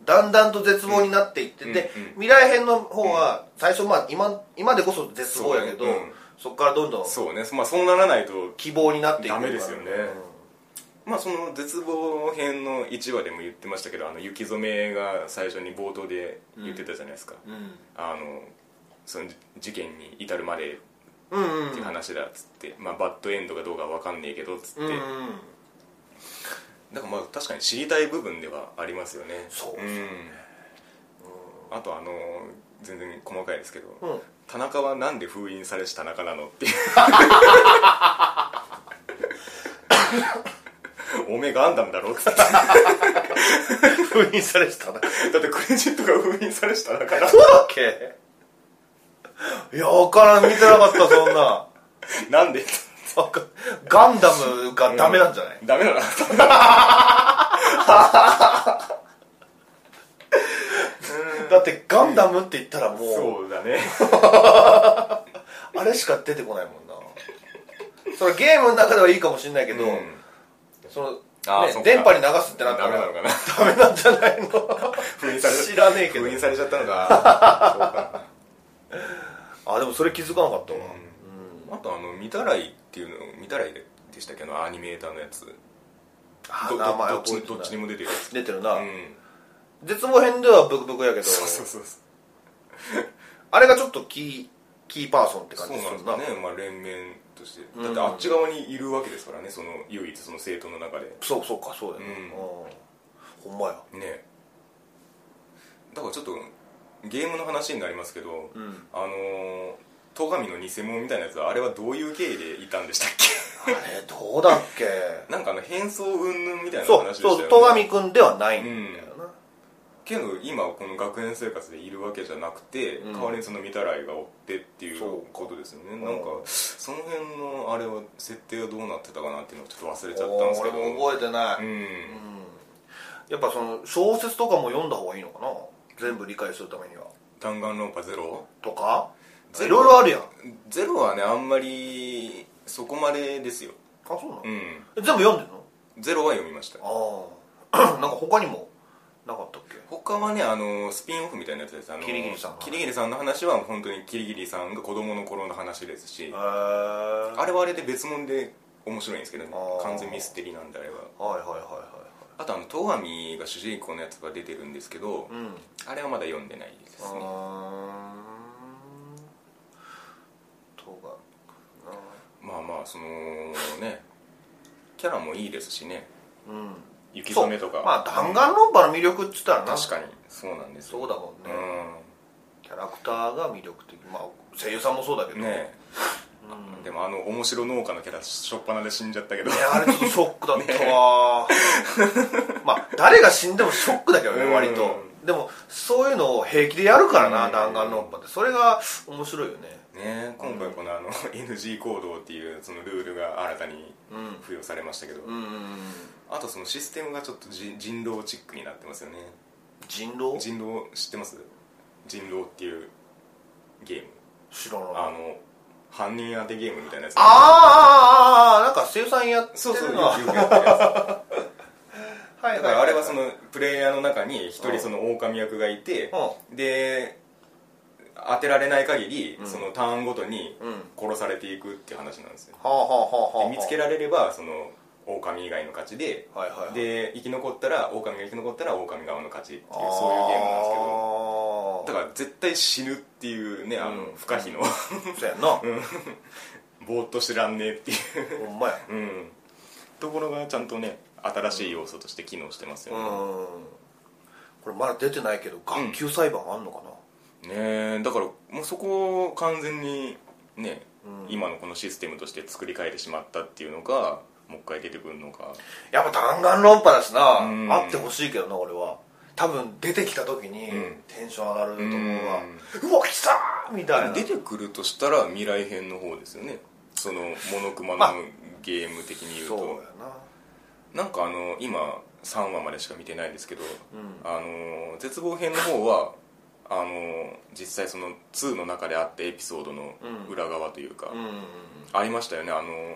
S2: だんだんと絶望になっていって、
S1: うん
S2: で
S1: うん
S2: 未来編の方は最初まあ今今でこそ絶望やけど
S1: そ
S2: そ,、
S1: うねうん
S2: こからどんどん
S1: そうねまあそうならないと
S2: 希望になっていくから
S1: ダメですよねまあその絶望編の1話でも言ってましたけどあの雪染めが最初に冒頭で言ってたじゃないですか、
S2: うん、うん
S1: あのそのじ事件に至るまで
S2: うんうん
S1: っていう話だっつって、まあ、バッドエンドかどうかは分かんねえけどっつって、
S2: うんうん
S1: だからまあ確かに知りたい部分ではありますよね
S2: そうです
S1: う
S2: よ
S1: ん
S2: ね
S1: あとあの全然細かいですけど、
S2: うん
S1: 田中はなんで封印されし田中なのっ ていうおめえガンダムだろっつってだ
S2: 封印されてたな
S1: ってクレジットが封印されし田中だ
S2: そうだっけいや分からん見てなかったそんな
S1: なんで
S2: わかガンダムがダメなんじゃない、
S1: ダメだな
S2: だってガンダムって言ったらもう
S1: そうだね
S2: あれしか出てこないもんなそれゲームの中ではいいかもしれないけど、その
S1: あー
S2: ね
S1: そっか
S2: 電波に流すってなった
S1: ダメな
S2: ら
S1: のかな
S2: ダメなんじゃないの
S1: 封印され
S2: 知らねえけど
S1: 封印されちゃったのかそうか
S2: あでもそれ気づかなかったわ、
S1: あとあの「みたらい」っていうの「みたらい」でしたっけあのアニメーターのやつ
S2: あ
S1: ど
S2: ー
S1: ど
S2: 名前
S1: どっ
S2: 覚
S1: ち
S2: えてない
S1: どっちにも出てるやつ
S2: 出てるな、
S1: うん
S2: 絶望編ではブクブクやけど
S1: そうそうそうそう
S2: あれがちょっとキーキーパーソンって感
S1: そ
S2: じ
S1: う
S2: す
S1: なんで
S2: るな
S1: すかね、まあ、連綿として
S2: ん
S1: だってあっち側にいるわけですからねその唯一その政党の中で
S2: そうそうかそうだよな、
S1: うん
S2: うんほんまや
S1: ねだからちょっとゲームの話になりますけど、
S2: ん
S1: あのー戸上の偽物みたいなやつはあれはどういう経緯でいたんでしたっけ
S2: あれどうだっけ
S1: なんかあの変装云々みたいな話
S2: そ
S1: で
S2: う
S1: したよ
S2: そ
S1: ね
S2: う戸上君ではないんだよな、
S1: けど今この学園生活でいるわけじゃなくて、
S2: うん
S1: 代わりにその見たらいが追ってってい
S2: そう
S1: う
S2: か
S1: ことですよね
S2: ん
S1: なんかその辺のあれは設定がどうなってたかなっていうのをちょっと忘れちゃったんで
S2: おー
S1: すけ
S2: 俺
S1: ど
S2: も覚えてない、
S1: うん、
S2: やっぱその小説とかも読んだ方がいいのかな全部理解するためには
S1: 弾丸論破ゼロ
S2: とかい
S1: ゼ
S2: ろい
S1: ロ
S2: ろあるやんあ
S1: ゼロはねあんまりそこまでですよ
S2: そうなの、
S1: うん
S2: え全部読んでんの
S1: ゼロは読みました
S2: ああ なんか他にもなかったっけ
S1: 他はねあのスピンオフみたいなやつですあの
S2: キリギリさんの話
S1: キリギリさんの話は本当にキリギリさんが子供の頃の話ですし
S2: へー
S1: あれはあれで別物で面白いんですけど、ね
S2: あ、ー
S1: 完全ミステリーなんであれは
S2: はいはいはいは
S1: あとあの戸上が主人公のやつが出てるんですけど、
S2: いうん
S1: あれはまだ読んでないです
S2: うー
S1: ね
S2: んとが
S1: まあまあそのねキャラもいいですしね
S2: うん
S1: 雪染めとか
S2: そうまあ弾丸論破の魅力っつったらな
S1: 確かにそうなんですよ
S2: そうだもんね
S1: う
S2: キャラクターが魅力的まあ声優さんもそうだけど
S1: んねえ、でもあの面白農家のキャラしょっぱなで死んじゃった けど
S2: いやあれちょっとショックだったわ、まあ誰が死んでもショックだけどね
S1: うん
S2: 割とでもそういうのを平気でやるから
S1: う
S2: なん弾丸論破ってそれが面白いよね
S1: ね今回このあの NG 行動っていうそのルールが新たに
S2: うん
S1: 付与されましたけど、
S2: うん
S1: あとそのシステムがちょっと人人狼チックになってますよね
S2: 人狼
S1: 人狼知ってます人狼っていうゲーム
S2: 知らない
S1: あの犯人当てゲームみたいなやつ
S2: あーあーあーあーなんか声優さんやってるな
S1: そうそうよくよくやってるや
S2: は
S1: つだ
S2: い
S1: からあれはそ
S2: そ
S1: のプレイヤーの中に一
S2: う
S1: 人
S2: ん
S1: その狼役がいて
S2: の
S1: で当てられない限り
S2: うん
S1: そのターンごとに
S2: うんは
S1: 殺されていくっていう話なんですよ
S2: あはあはあはあ
S1: で見つけられればその狼以外の勝ちで
S2: はいはいはい
S1: で生き残ったら狼が生き残ったら狼側の勝ちっていう
S2: あ
S1: そういうゲームなんですけど
S2: ー
S1: だから絶対死ぬっていうねあ
S2: う
S1: の
S2: ん
S1: 不可避の
S2: そうやんな
S1: ぼーっとしてらんねえっていう
S2: ほんまや
S1: うんところがちゃんとね新しい要素として機能してますよ
S2: う
S1: ね、
S2: んこれまだ出てないけど学級裁判あんのかな、
S1: ねえだからもうそこを完全にね、
S2: うん
S1: 今のこのシステムとして作り変えてしまったっていうのがもう一回出てくるのか
S2: やっぱ弾丸論破だしな、
S1: うん
S2: あってほしいけどな俺は多分出てきた時に
S1: うん
S2: テンション上がると思うわ、うわ来たーみたいな
S1: 出てくるとしたら未来編の方ですよねそのモノクマの
S2: まあ
S1: ゲーム的に言う
S2: そうや
S1: となんかあの今3話までしか見てないですけど、あの絶望編の方はあの実際その2の中であったエピソードの裏側というか、
S2: なうん
S1: ありましたよねあの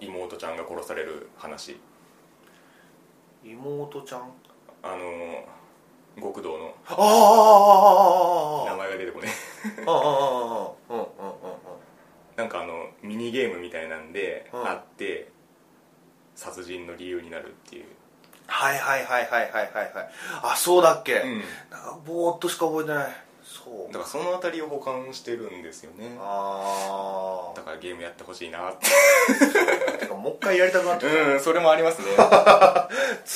S1: 妹ちゃんが殺される話
S2: 妹ちゃん
S1: あの極道の
S2: あーあーあー
S1: 名
S2: あーあーあー
S1: 前が出てこね
S2: あーあーうんうんう
S1: なんかあのミニゲームみたいなんで、
S2: うん
S1: あって殺人の理由になるっていう、
S2: はいはいはいはいはいはいはいあそうだっけ、
S1: うん
S2: なんかぼーっとしか覚えてないそう
S1: だからその辺りを保管してるんですよね
S2: あ
S1: だからゲームやってほしいなって
S2: あてかもう一回やりたくなって
S1: うんそれもありますね
S2: 2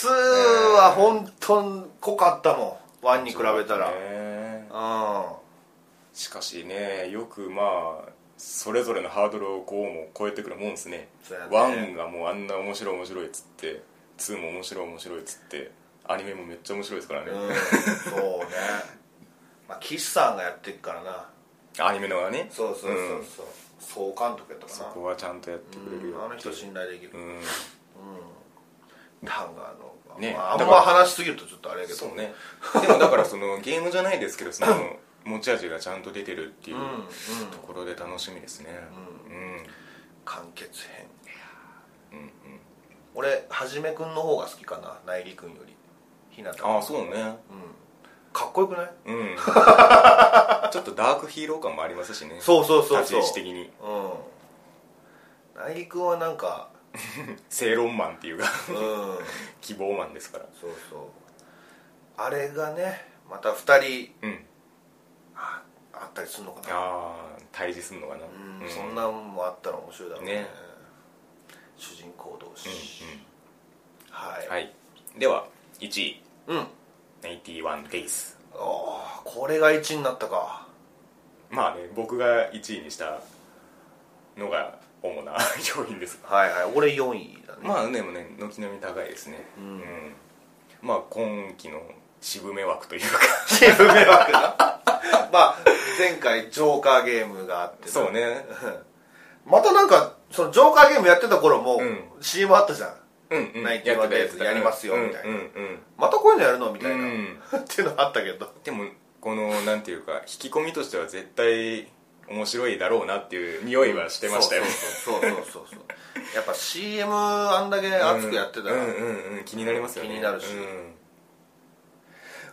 S2: は本当に濃かったもん1に比べたらう
S1: ね
S2: ん
S1: しかしねよくまあそれぞれのハードルをこうも超えてくるもんですね
S2: そうやね
S1: ワンがもうあんな面白い面白いっつってツーも面白い面白いっつってアニメもめっちゃ面白いですからね、
S2: うんそうねまあ岸さんがやってるからな
S1: アニメのはね
S2: そうそう
S1: うん
S2: そうそう、総監督やった
S1: そ
S2: かな
S1: こはちゃんとやってくれるよ
S2: うんあの人
S1: っていう
S2: 信頼できる、
S1: うん
S2: 多分あの、
S1: ね
S2: まあ、あんま
S1: だから
S2: 話しすぎるとちょっとあれやけど
S1: そうねでもだからそのゲームじゃないですけどその持ち味がちゃんと出てるっていううん
S2: うん
S1: ところで楽しみですねうん
S2: 完結編俺はじめくんの方が好きかな内陸くんよりひなた
S1: ああそうね
S2: かっこよくない
S1: うん ちょっとダークヒーロー感もありますしね
S2: そうそうそう
S1: 立ち
S2: そう
S1: 位置的に
S2: うん内陸くんはなんか
S1: 正論マンっていうか
S2: うん
S1: 希望マンですから
S2: そうそうあれがねまた2人
S1: うん
S2: ああったりするのかな
S1: ああ対峙するのかな
S2: うん
S1: うん
S2: そんなんもあったら面白いだろうね
S1: ね
S2: 主人公同士、
S1: うんうん
S2: はい、
S1: はいでは1位
S2: うん
S1: 91 days
S2: おーこれが1になったか
S1: まあね僕が1位にしたのが主な 要因です
S2: はいはい俺4位だね、
S1: まあでもね軒並み高いですね
S2: うん
S1: まあ今期の渋め枠と いうか
S2: チーム迷惑な まあ前回ジョーカーゲームがあってな
S1: そうね
S2: またなんかそのジョーカーゲームやってた頃も、
S1: うん
S2: CM あったじゃん
S1: うんうん
S2: ナインティ
S1: や
S2: ワ
S1: っ
S2: ン
S1: てたやつ
S2: デイズやりますよみたいな
S1: うんうん
S2: またこういうのやるのみた
S1: う
S2: いな、
S1: ん
S2: っていうのあったけど
S1: でもこのなんていうか引き込みとしては絶対面白いだろうなっていう匂いはしてましたよ
S2: そうそうそうそうそうそうやっぱ CM あんだけ 熱くやってたら、
S1: うんうんうん気になりますよね
S2: 気になるし
S1: うん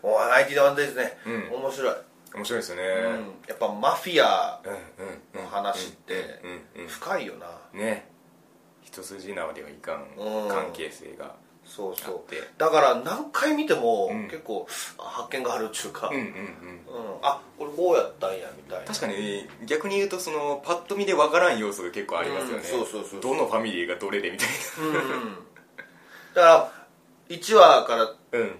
S2: おーナイキのワンデイズね、
S1: うん
S2: 面白い、
S1: 面白いですよね
S2: うんやっぱマフィア
S1: うんうんうん
S2: の話って
S1: うんうん
S2: 深いよな、
S1: ね一筋縄ではいかん
S2: うん
S1: 関係性が
S2: そう
S1: あっ
S2: そう
S1: て
S2: だから何回見ても
S1: うん
S2: 結構、あ発見があるっちゅうか、
S1: う
S2: うん
S1: うん
S2: ん
S1: うん
S2: あこれこうやったんやみたいな
S1: 確かに逆に言うとそのパッと見でわからん要素が結構ありますよね、
S2: うんそうそうそう
S1: どのファミリーがどれでみたい
S2: うんうんだから1話から、
S1: なうん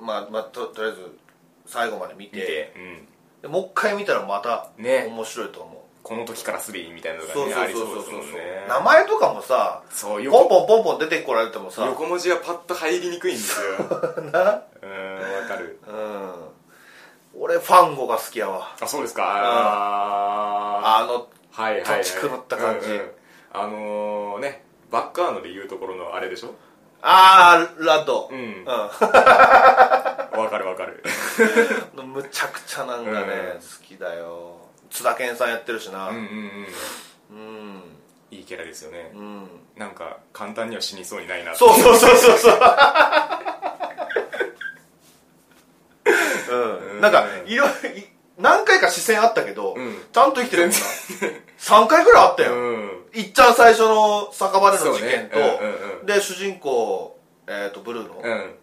S2: まあまあ、ととりあえず最後まで
S1: 見
S2: 見て
S1: て、うん、
S2: でもう一回見たらまた
S1: ね
S2: 面白いと思
S1: この時からすでにみたいな
S2: う、
S1: のが、ね、
S2: そうそう
S1: あり
S2: そう
S1: そう
S2: そう
S1: です
S2: そう
S1: もんね
S2: 名前とかもさ
S1: そう
S2: ポン
S1: 横
S2: ポンポンポン出てこられてもさ
S1: 横文字はパッと入りにくいんです ようーんわかる
S2: うん俺ファンゴが好きやわ
S1: あそうですかあ
S2: あの
S1: ーはいはい、はい、
S2: 立ちくるった感じ
S1: うんうんあのー、ねバッカーノで言うところのあれでしょ
S2: あーラッド
S1: う
S2: うん
S1: んわかるわか る
S2: むちゃくちゃなんか
S1: う
S2: ね、
S1: ん
S2: 好きだよ津田健さんやってるしな
S1: う
S2: うん
S1: うん
S2: ん
S1: うん
S2: うん、
S1: いいキャラですよね、なんか簡単には死にそうにないな って
S2: そうそうそうそうそううん、なんかいろいろい何回か視線あったけど、
S1: ん
S2: ちゃんと生きてるもんな3回ぐらいあったよ、
S1: うん
S2: いっちゃん最初の酒場での事件と、
S1: そうねうんうんうん
S2: で主人公、えー、とブルーの、
S1: うん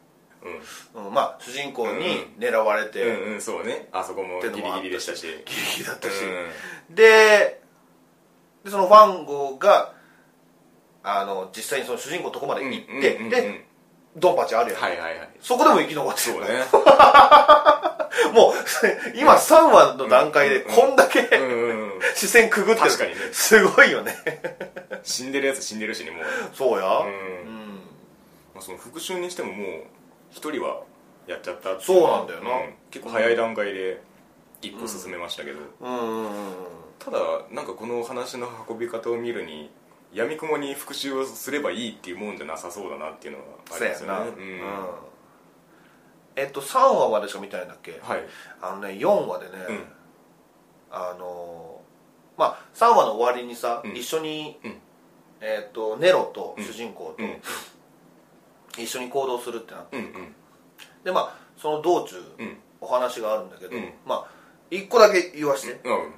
S2: うんまあ、主人公に狙われて、
S1: うんうんそうねあそこも
S2: っ
S1: ギ
S2: ての
S1: リ
S2: もあった
S1: ギリでしたし
S2: ギリギリだったし、
S1: う
S2: ででそのファンゴがあの実際にその主人公のとこまで行
S1: うん
S2: って、
S1: うんうんうん
S2: でドンパチあるやん、
S1: はいはいはい
S2: そこでも生き残って
S1: そ
S2: る
S1: う ね
S2: もう 今3話の段階でこんだけ、
S1: うんうんうん
S2: 視線くぐってる
S1: 確かにね
S2: すごいよ ね
S1: 死んでるやつ死んでるしねもう
S2: そうや、
S1: うんまあ、その復讐にしてももう一人はやっちゃったってい
S2: そうなんだよな
S1: 結構早い段階で一歩進めましたけど、
S2: うんうんうんうん
S1: ただなんかこの話の運び方を見るにやみくもに復讐をすればいいっていうもんじゃなさそうだなっていうのはあ
S2: そ
S1: り
S2: う
S1: ま
S2: や
S1: すよね
S2: な、
S1: うん
S2: えっと3話までしか見てないんだっけ、
S1: はい
S2: あのね4話でね、
S1: うん
S2: あのーまあ3話の終わりにさ、
S1: うん
S2: 一緒に、
S1: うん
S2: えっとネロと
S1: うん
S2: 主人公
S1: うん
S2: と一緒に行動するってなって、
S1: うんうん
S2: でまあその道中、
S1: うん
S2: お話があるんだけど、
S1: うん
S2: まあ一個だけ言わして、
S1: うん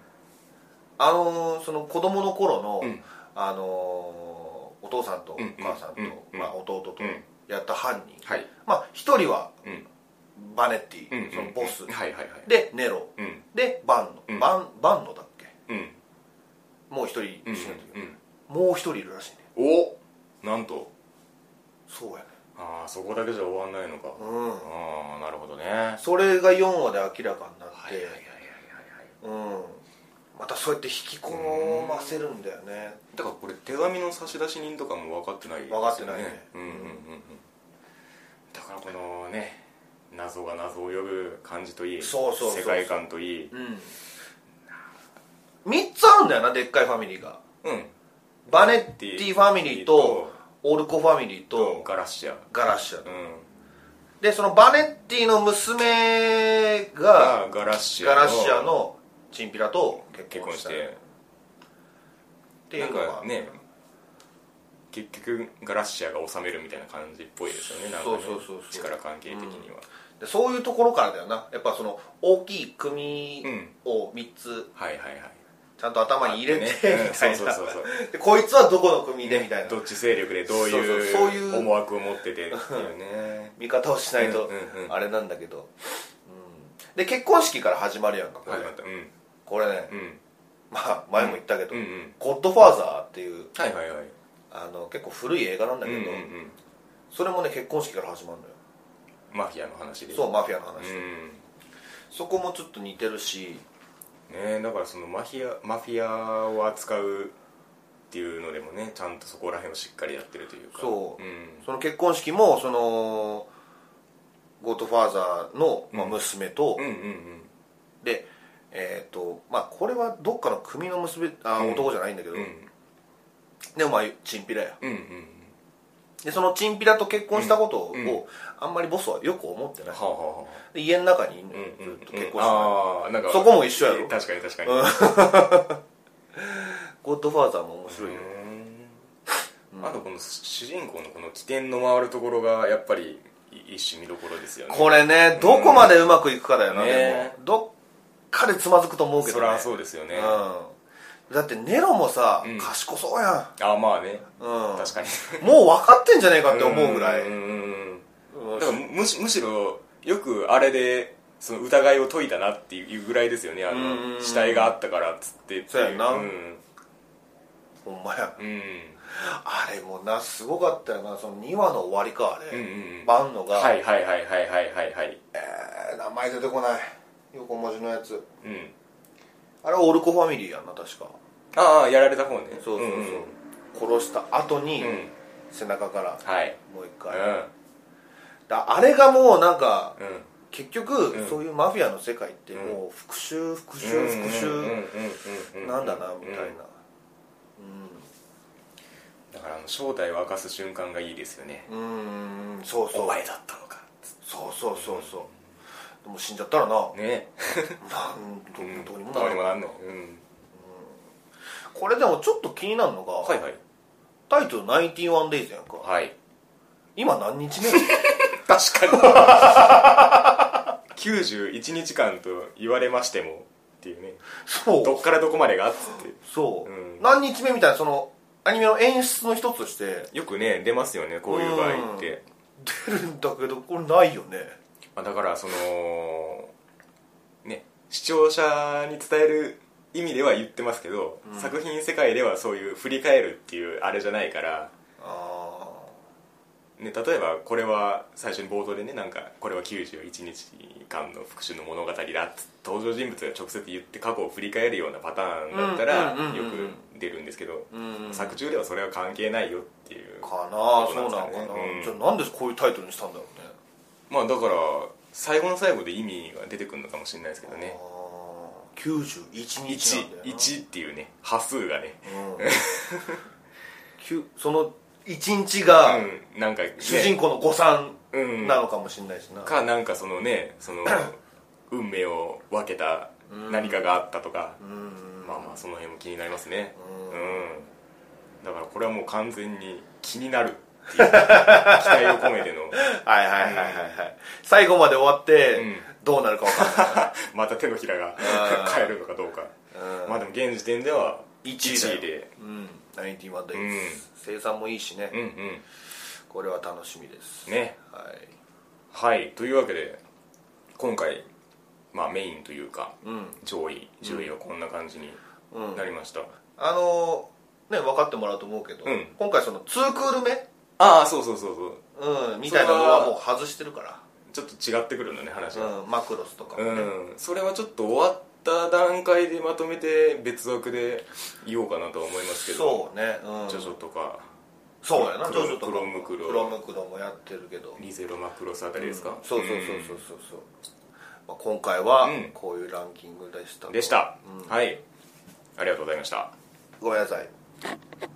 S2: あのーその子供の頃の、
S1: うん
S2: あのーお父さんとお
S1: うん
S2: 母さんと、
S1: うんうん
S2: まあ、弟と
S1: うん
S2: やった犯人、
S1: はい
S2: まあ一人は
S1: うん
S2: バネッティ、
S1: うん
S2: そのボス、
S1: はいはいはい
S2: でネロ
S1: うん
S2: でバンノ、
S1: うん
S2: バンバンノだっけ
S1: うん
S2: もう一人
S1: うん
S2: 死ぬという、もう一人いるらしいね
S1: おなんと
S2: そうやね
S1: ああそこだけじゃ終わんないのか、
S2: うん
S1: ああなるほどね
S2: それが4話で明らかになって、
S1: はいはいはいはいはい
S2: うんまたそうやって引き込ませるんだよね
S1: だからこれ手紙の差出人とかも分かってないですよ、
S2: 分かってないね
S1: うんうんうんうんだからこのね謎が謎を呼ぶ感じといい
S2: そうそうそうそう
S1: 世界観といい
S2: うん3つあるんだよなでっかいファミリーが
S1: うん
S2: バネッティファミリーとオルコファミリー
S1: と
S2: と
S1: ガラッシャ
S2: ガラッシャ
S1: うん
S2: でそのバネッティの娘が
S1: がガラッシャ
S2: ガラッシャのチンピラと結
S1: 結
S2: 婚
S1: 婚
S2: し
S1: したて
S2: ってい
S1: なん
S2: うのが
S1: かね結局ガラッシャが治めるみたいな感じっぽいですよねなんかね
S2: そうそうそうそう
S1: 力関係的には、
S2: でそういうところからだよなやっぱその大きい組を3つ
S1: はいはいはい
S2: ちゃんと頭に入れて
S1: ね
S2: みたいな、
S1: うんそうそうそうそう
S2: でこいつはどこの組でみたいな
S1: どっち勢力でどういう
S2: そうそうそういう
S1: 思惑を持っててっていうね
S2: 見方をしないと
S1: うんうんうん
S2: あれなんだけど、うんで結婚式から始まるやんかこれ,、
S1: 始まったうん
S2: これね、
S1: うん
S2: まあ前も言ったけど、
S1: うんうん
S2: ゴッドファーザー」っていう
S1: はいはいはい
S2: あの結構古い映画なんだ
S1: うん
S2: け
S1: う
S2: ど、
S1: んうん
S2: それもね結婚式から始まるのよ
S1: マフィアの話で
S2: そうマフィアの
S1: う
S2: 話、
S1: ん
S2: そこもちょっと似てるし
S1: ねだからそのマフィアマフィアを扱うっていうのでもねちゃんとそこら辺をしっかりやってるというか
S2: そう
S1: うん
S2: その結婚式もそのゴッドファーザーの、まあ、
S1: うん
S2: 娘と、
S1: うんうん
S2: でえっ、とまあこれはどっかの組の娘あ
S1: うん
S2: 男じゃないんだけど、
S1: うんうん
S2: でもまあチンピラや
S1: うんうん
S2: でそのチンピラと結婚したことを、
S1: うんうん
S2: あんまりボスはよく思ってない
S1: はあはあはあ
S2: で家の中にいんの
S1: うん
S2: よ
S1: うんうん
S2: ずっと結婚してない、
S1: ああなんか
S2: そこも一緒やろ
S1: 確かに確かに
S2: ゴッドファーザーも面白いよ、
S1: あとこの主人公のこの起点の回るところがやっぱり一種見どころですよね
S2: これねどこまでうまくいくかだよな、
S1: うん
S2: で
S1: ね
S2: もどっかでつまずくと思うけど、
S1: そ
S2: ね、
S1: りゃそうですよね、あ
S2: うん、だってネロもさ、
S1: うん
S2: 賢そうや
S1: あまあね
S2: ん、うん、
S1: 確かに
S2: もう分かってんじゃねえかって思うぐらい、
S1: んうんうん
S2: う
S1: だ
S2: ん
S1: からむしむしろよくあれでその疑いを解いたなっていうぐらいですよねあ
S2: うんう
S1: の
S2: ん
S1: 死体があったからっつってってい
S2: そうやな
S1: うん、
S2: ほんまや
S1: うん、
S2: あれもなすごかったよなその2話の終わりかあれ、
S1: うんうんうん
S2: バンノが、
S1: はいはいはいはいはいはいはい
S2: えー名前出てこない横文字のやつ
S1: うん
S2: あれはオルコファミリーやんな確か
S1: ああやられた方ね
S2: そうそうそ
S1: ん
S2: う、
S1: ん
S2: 殺した後に、
S1: うん
S2: 背中から
S1: はい
S2: もう一
S1: う
S2: 回、
S1: ん
S2: だあれがもうなんか
S1: うん
S2: 結局、
S1: うん
S2: そういうマフィアの世界って
S1: うん
S2: もう復讐復讐復
S1: うんうん
S2: 讐
S1: うんうん
S2: なんだなみたいな、
S1: うんだからあの正体を明かす瞬間がいいですよね
S2: うんうーんそうそう
S1: だったのか
S2: そうそうそうそうでも死んじゃったらな、
S1: ね
S2: なんと
S1: うん
S2: どうにも
S1: ど
S2: な
S1: うにもな
S2: ら
S1: ん
S2: な
S1: ない
S2: い
S1: うん
S2: これでもちょっと気になるのが、
S1: はいはい
S2: タイトル「91days」やんか、
S1: はい
S2: 今何 日目
S1: 確かに91日間と言われましてもっていうね
S2: そう
S1: どっからどこまでがっつっ
S2: そう、
S1: うん
S2: 何日目みたいなそのアニメの演出の一つとして
S1: てよくね出ますよねこういう場合って、
S2: 出るんだけどこれないよね
S1: まあ、だからそのね視聴者に伝える意味では言ってますけど、作品世界ではそういう振り返るっていうあれじゃないから、
S2: あ
S1: ね、例えばこれは最初に冒頭でねなんかこれは91日間の復讐の物語だって登場人物が直接言って過去を振り返るようなパターンだったら
S2: うんうんうん
S1: よ
S2: うん
S1: く出るんですけど、
S2: あうん
S1: 作中ではそれは関係ないよっていう
S2: かな
S1: そ
S2: そうう
S1: な
S2: なん
S1: ですか
S2: のか
S1: ね
S2: な、
S1: うん
S2: じゃあなんでこういうタイトルにしたんだろうね
S1: まあだから最後の最後で意味が出てくるのかもしれないですけどね
S2: あー91日なんだよな
S1: 1, 1っていうね端数がね、
S2: うん きゅその1日が
S1: うん、なんか、ね、
S2: 主人公の誤算
S1: うん
S2: なのかもしれないしな、
S1: かなんかそのねそ の運命を分けた何かがあったとか、
S2: うん
S1: まあまあその辺も気になりますね
S2: うん
S1: うんだからこれはもう完全に気になるっていう 期待を込めての
S2: はいはいはいはいはい最後まで終わって、
S1: うん
S2: どうなるか分かんない
S1: また手のひらが
S2: あー
S1: 変えるのかどうか
S2: うん
S1: まあでも現時点では
S2: 1位だよ
S1: 1位で
S2: うん91で、
S1: うん
S2: 生産もいいしね、
S1: うんうん
S2: これは楽しみです、
S1: ね
S2: はい
S1: はいというわけで今回まあメインというか
S2: うん
S1: 上位上位はこんな感じに
S2: うん
S1: なりました、
S2: あのーね分かってもらうと思うけど、
S1: うん
S2: 今回その2クール目、
S1: ああそうそうそうそう
S2: うん、みたいなのはもう外してるか
S1: ちょっと違ってくるのね話が
S2: ら、うん、マクロスとかも
S1: う
S2: ね、
S1: んそれはちょっと終わった段階でまとめて別枠で言おうかなとは思いますけど
S2: そうね、うん、
S1: ジョジョとか
S2: そうやな
S1: ク
S2: ジ
S1: ロ
S2: ョジョとか
S1: クロムクロ
S2: ムクロもやってるけど
S1: リゼロマクロスあたりですか、
S2: そうそうそうそうそうそう、まあ、今回は
S1: うん
S2: こういうランキングでした、
S1: でした、はいありがとうございました
S2: ごめんなさい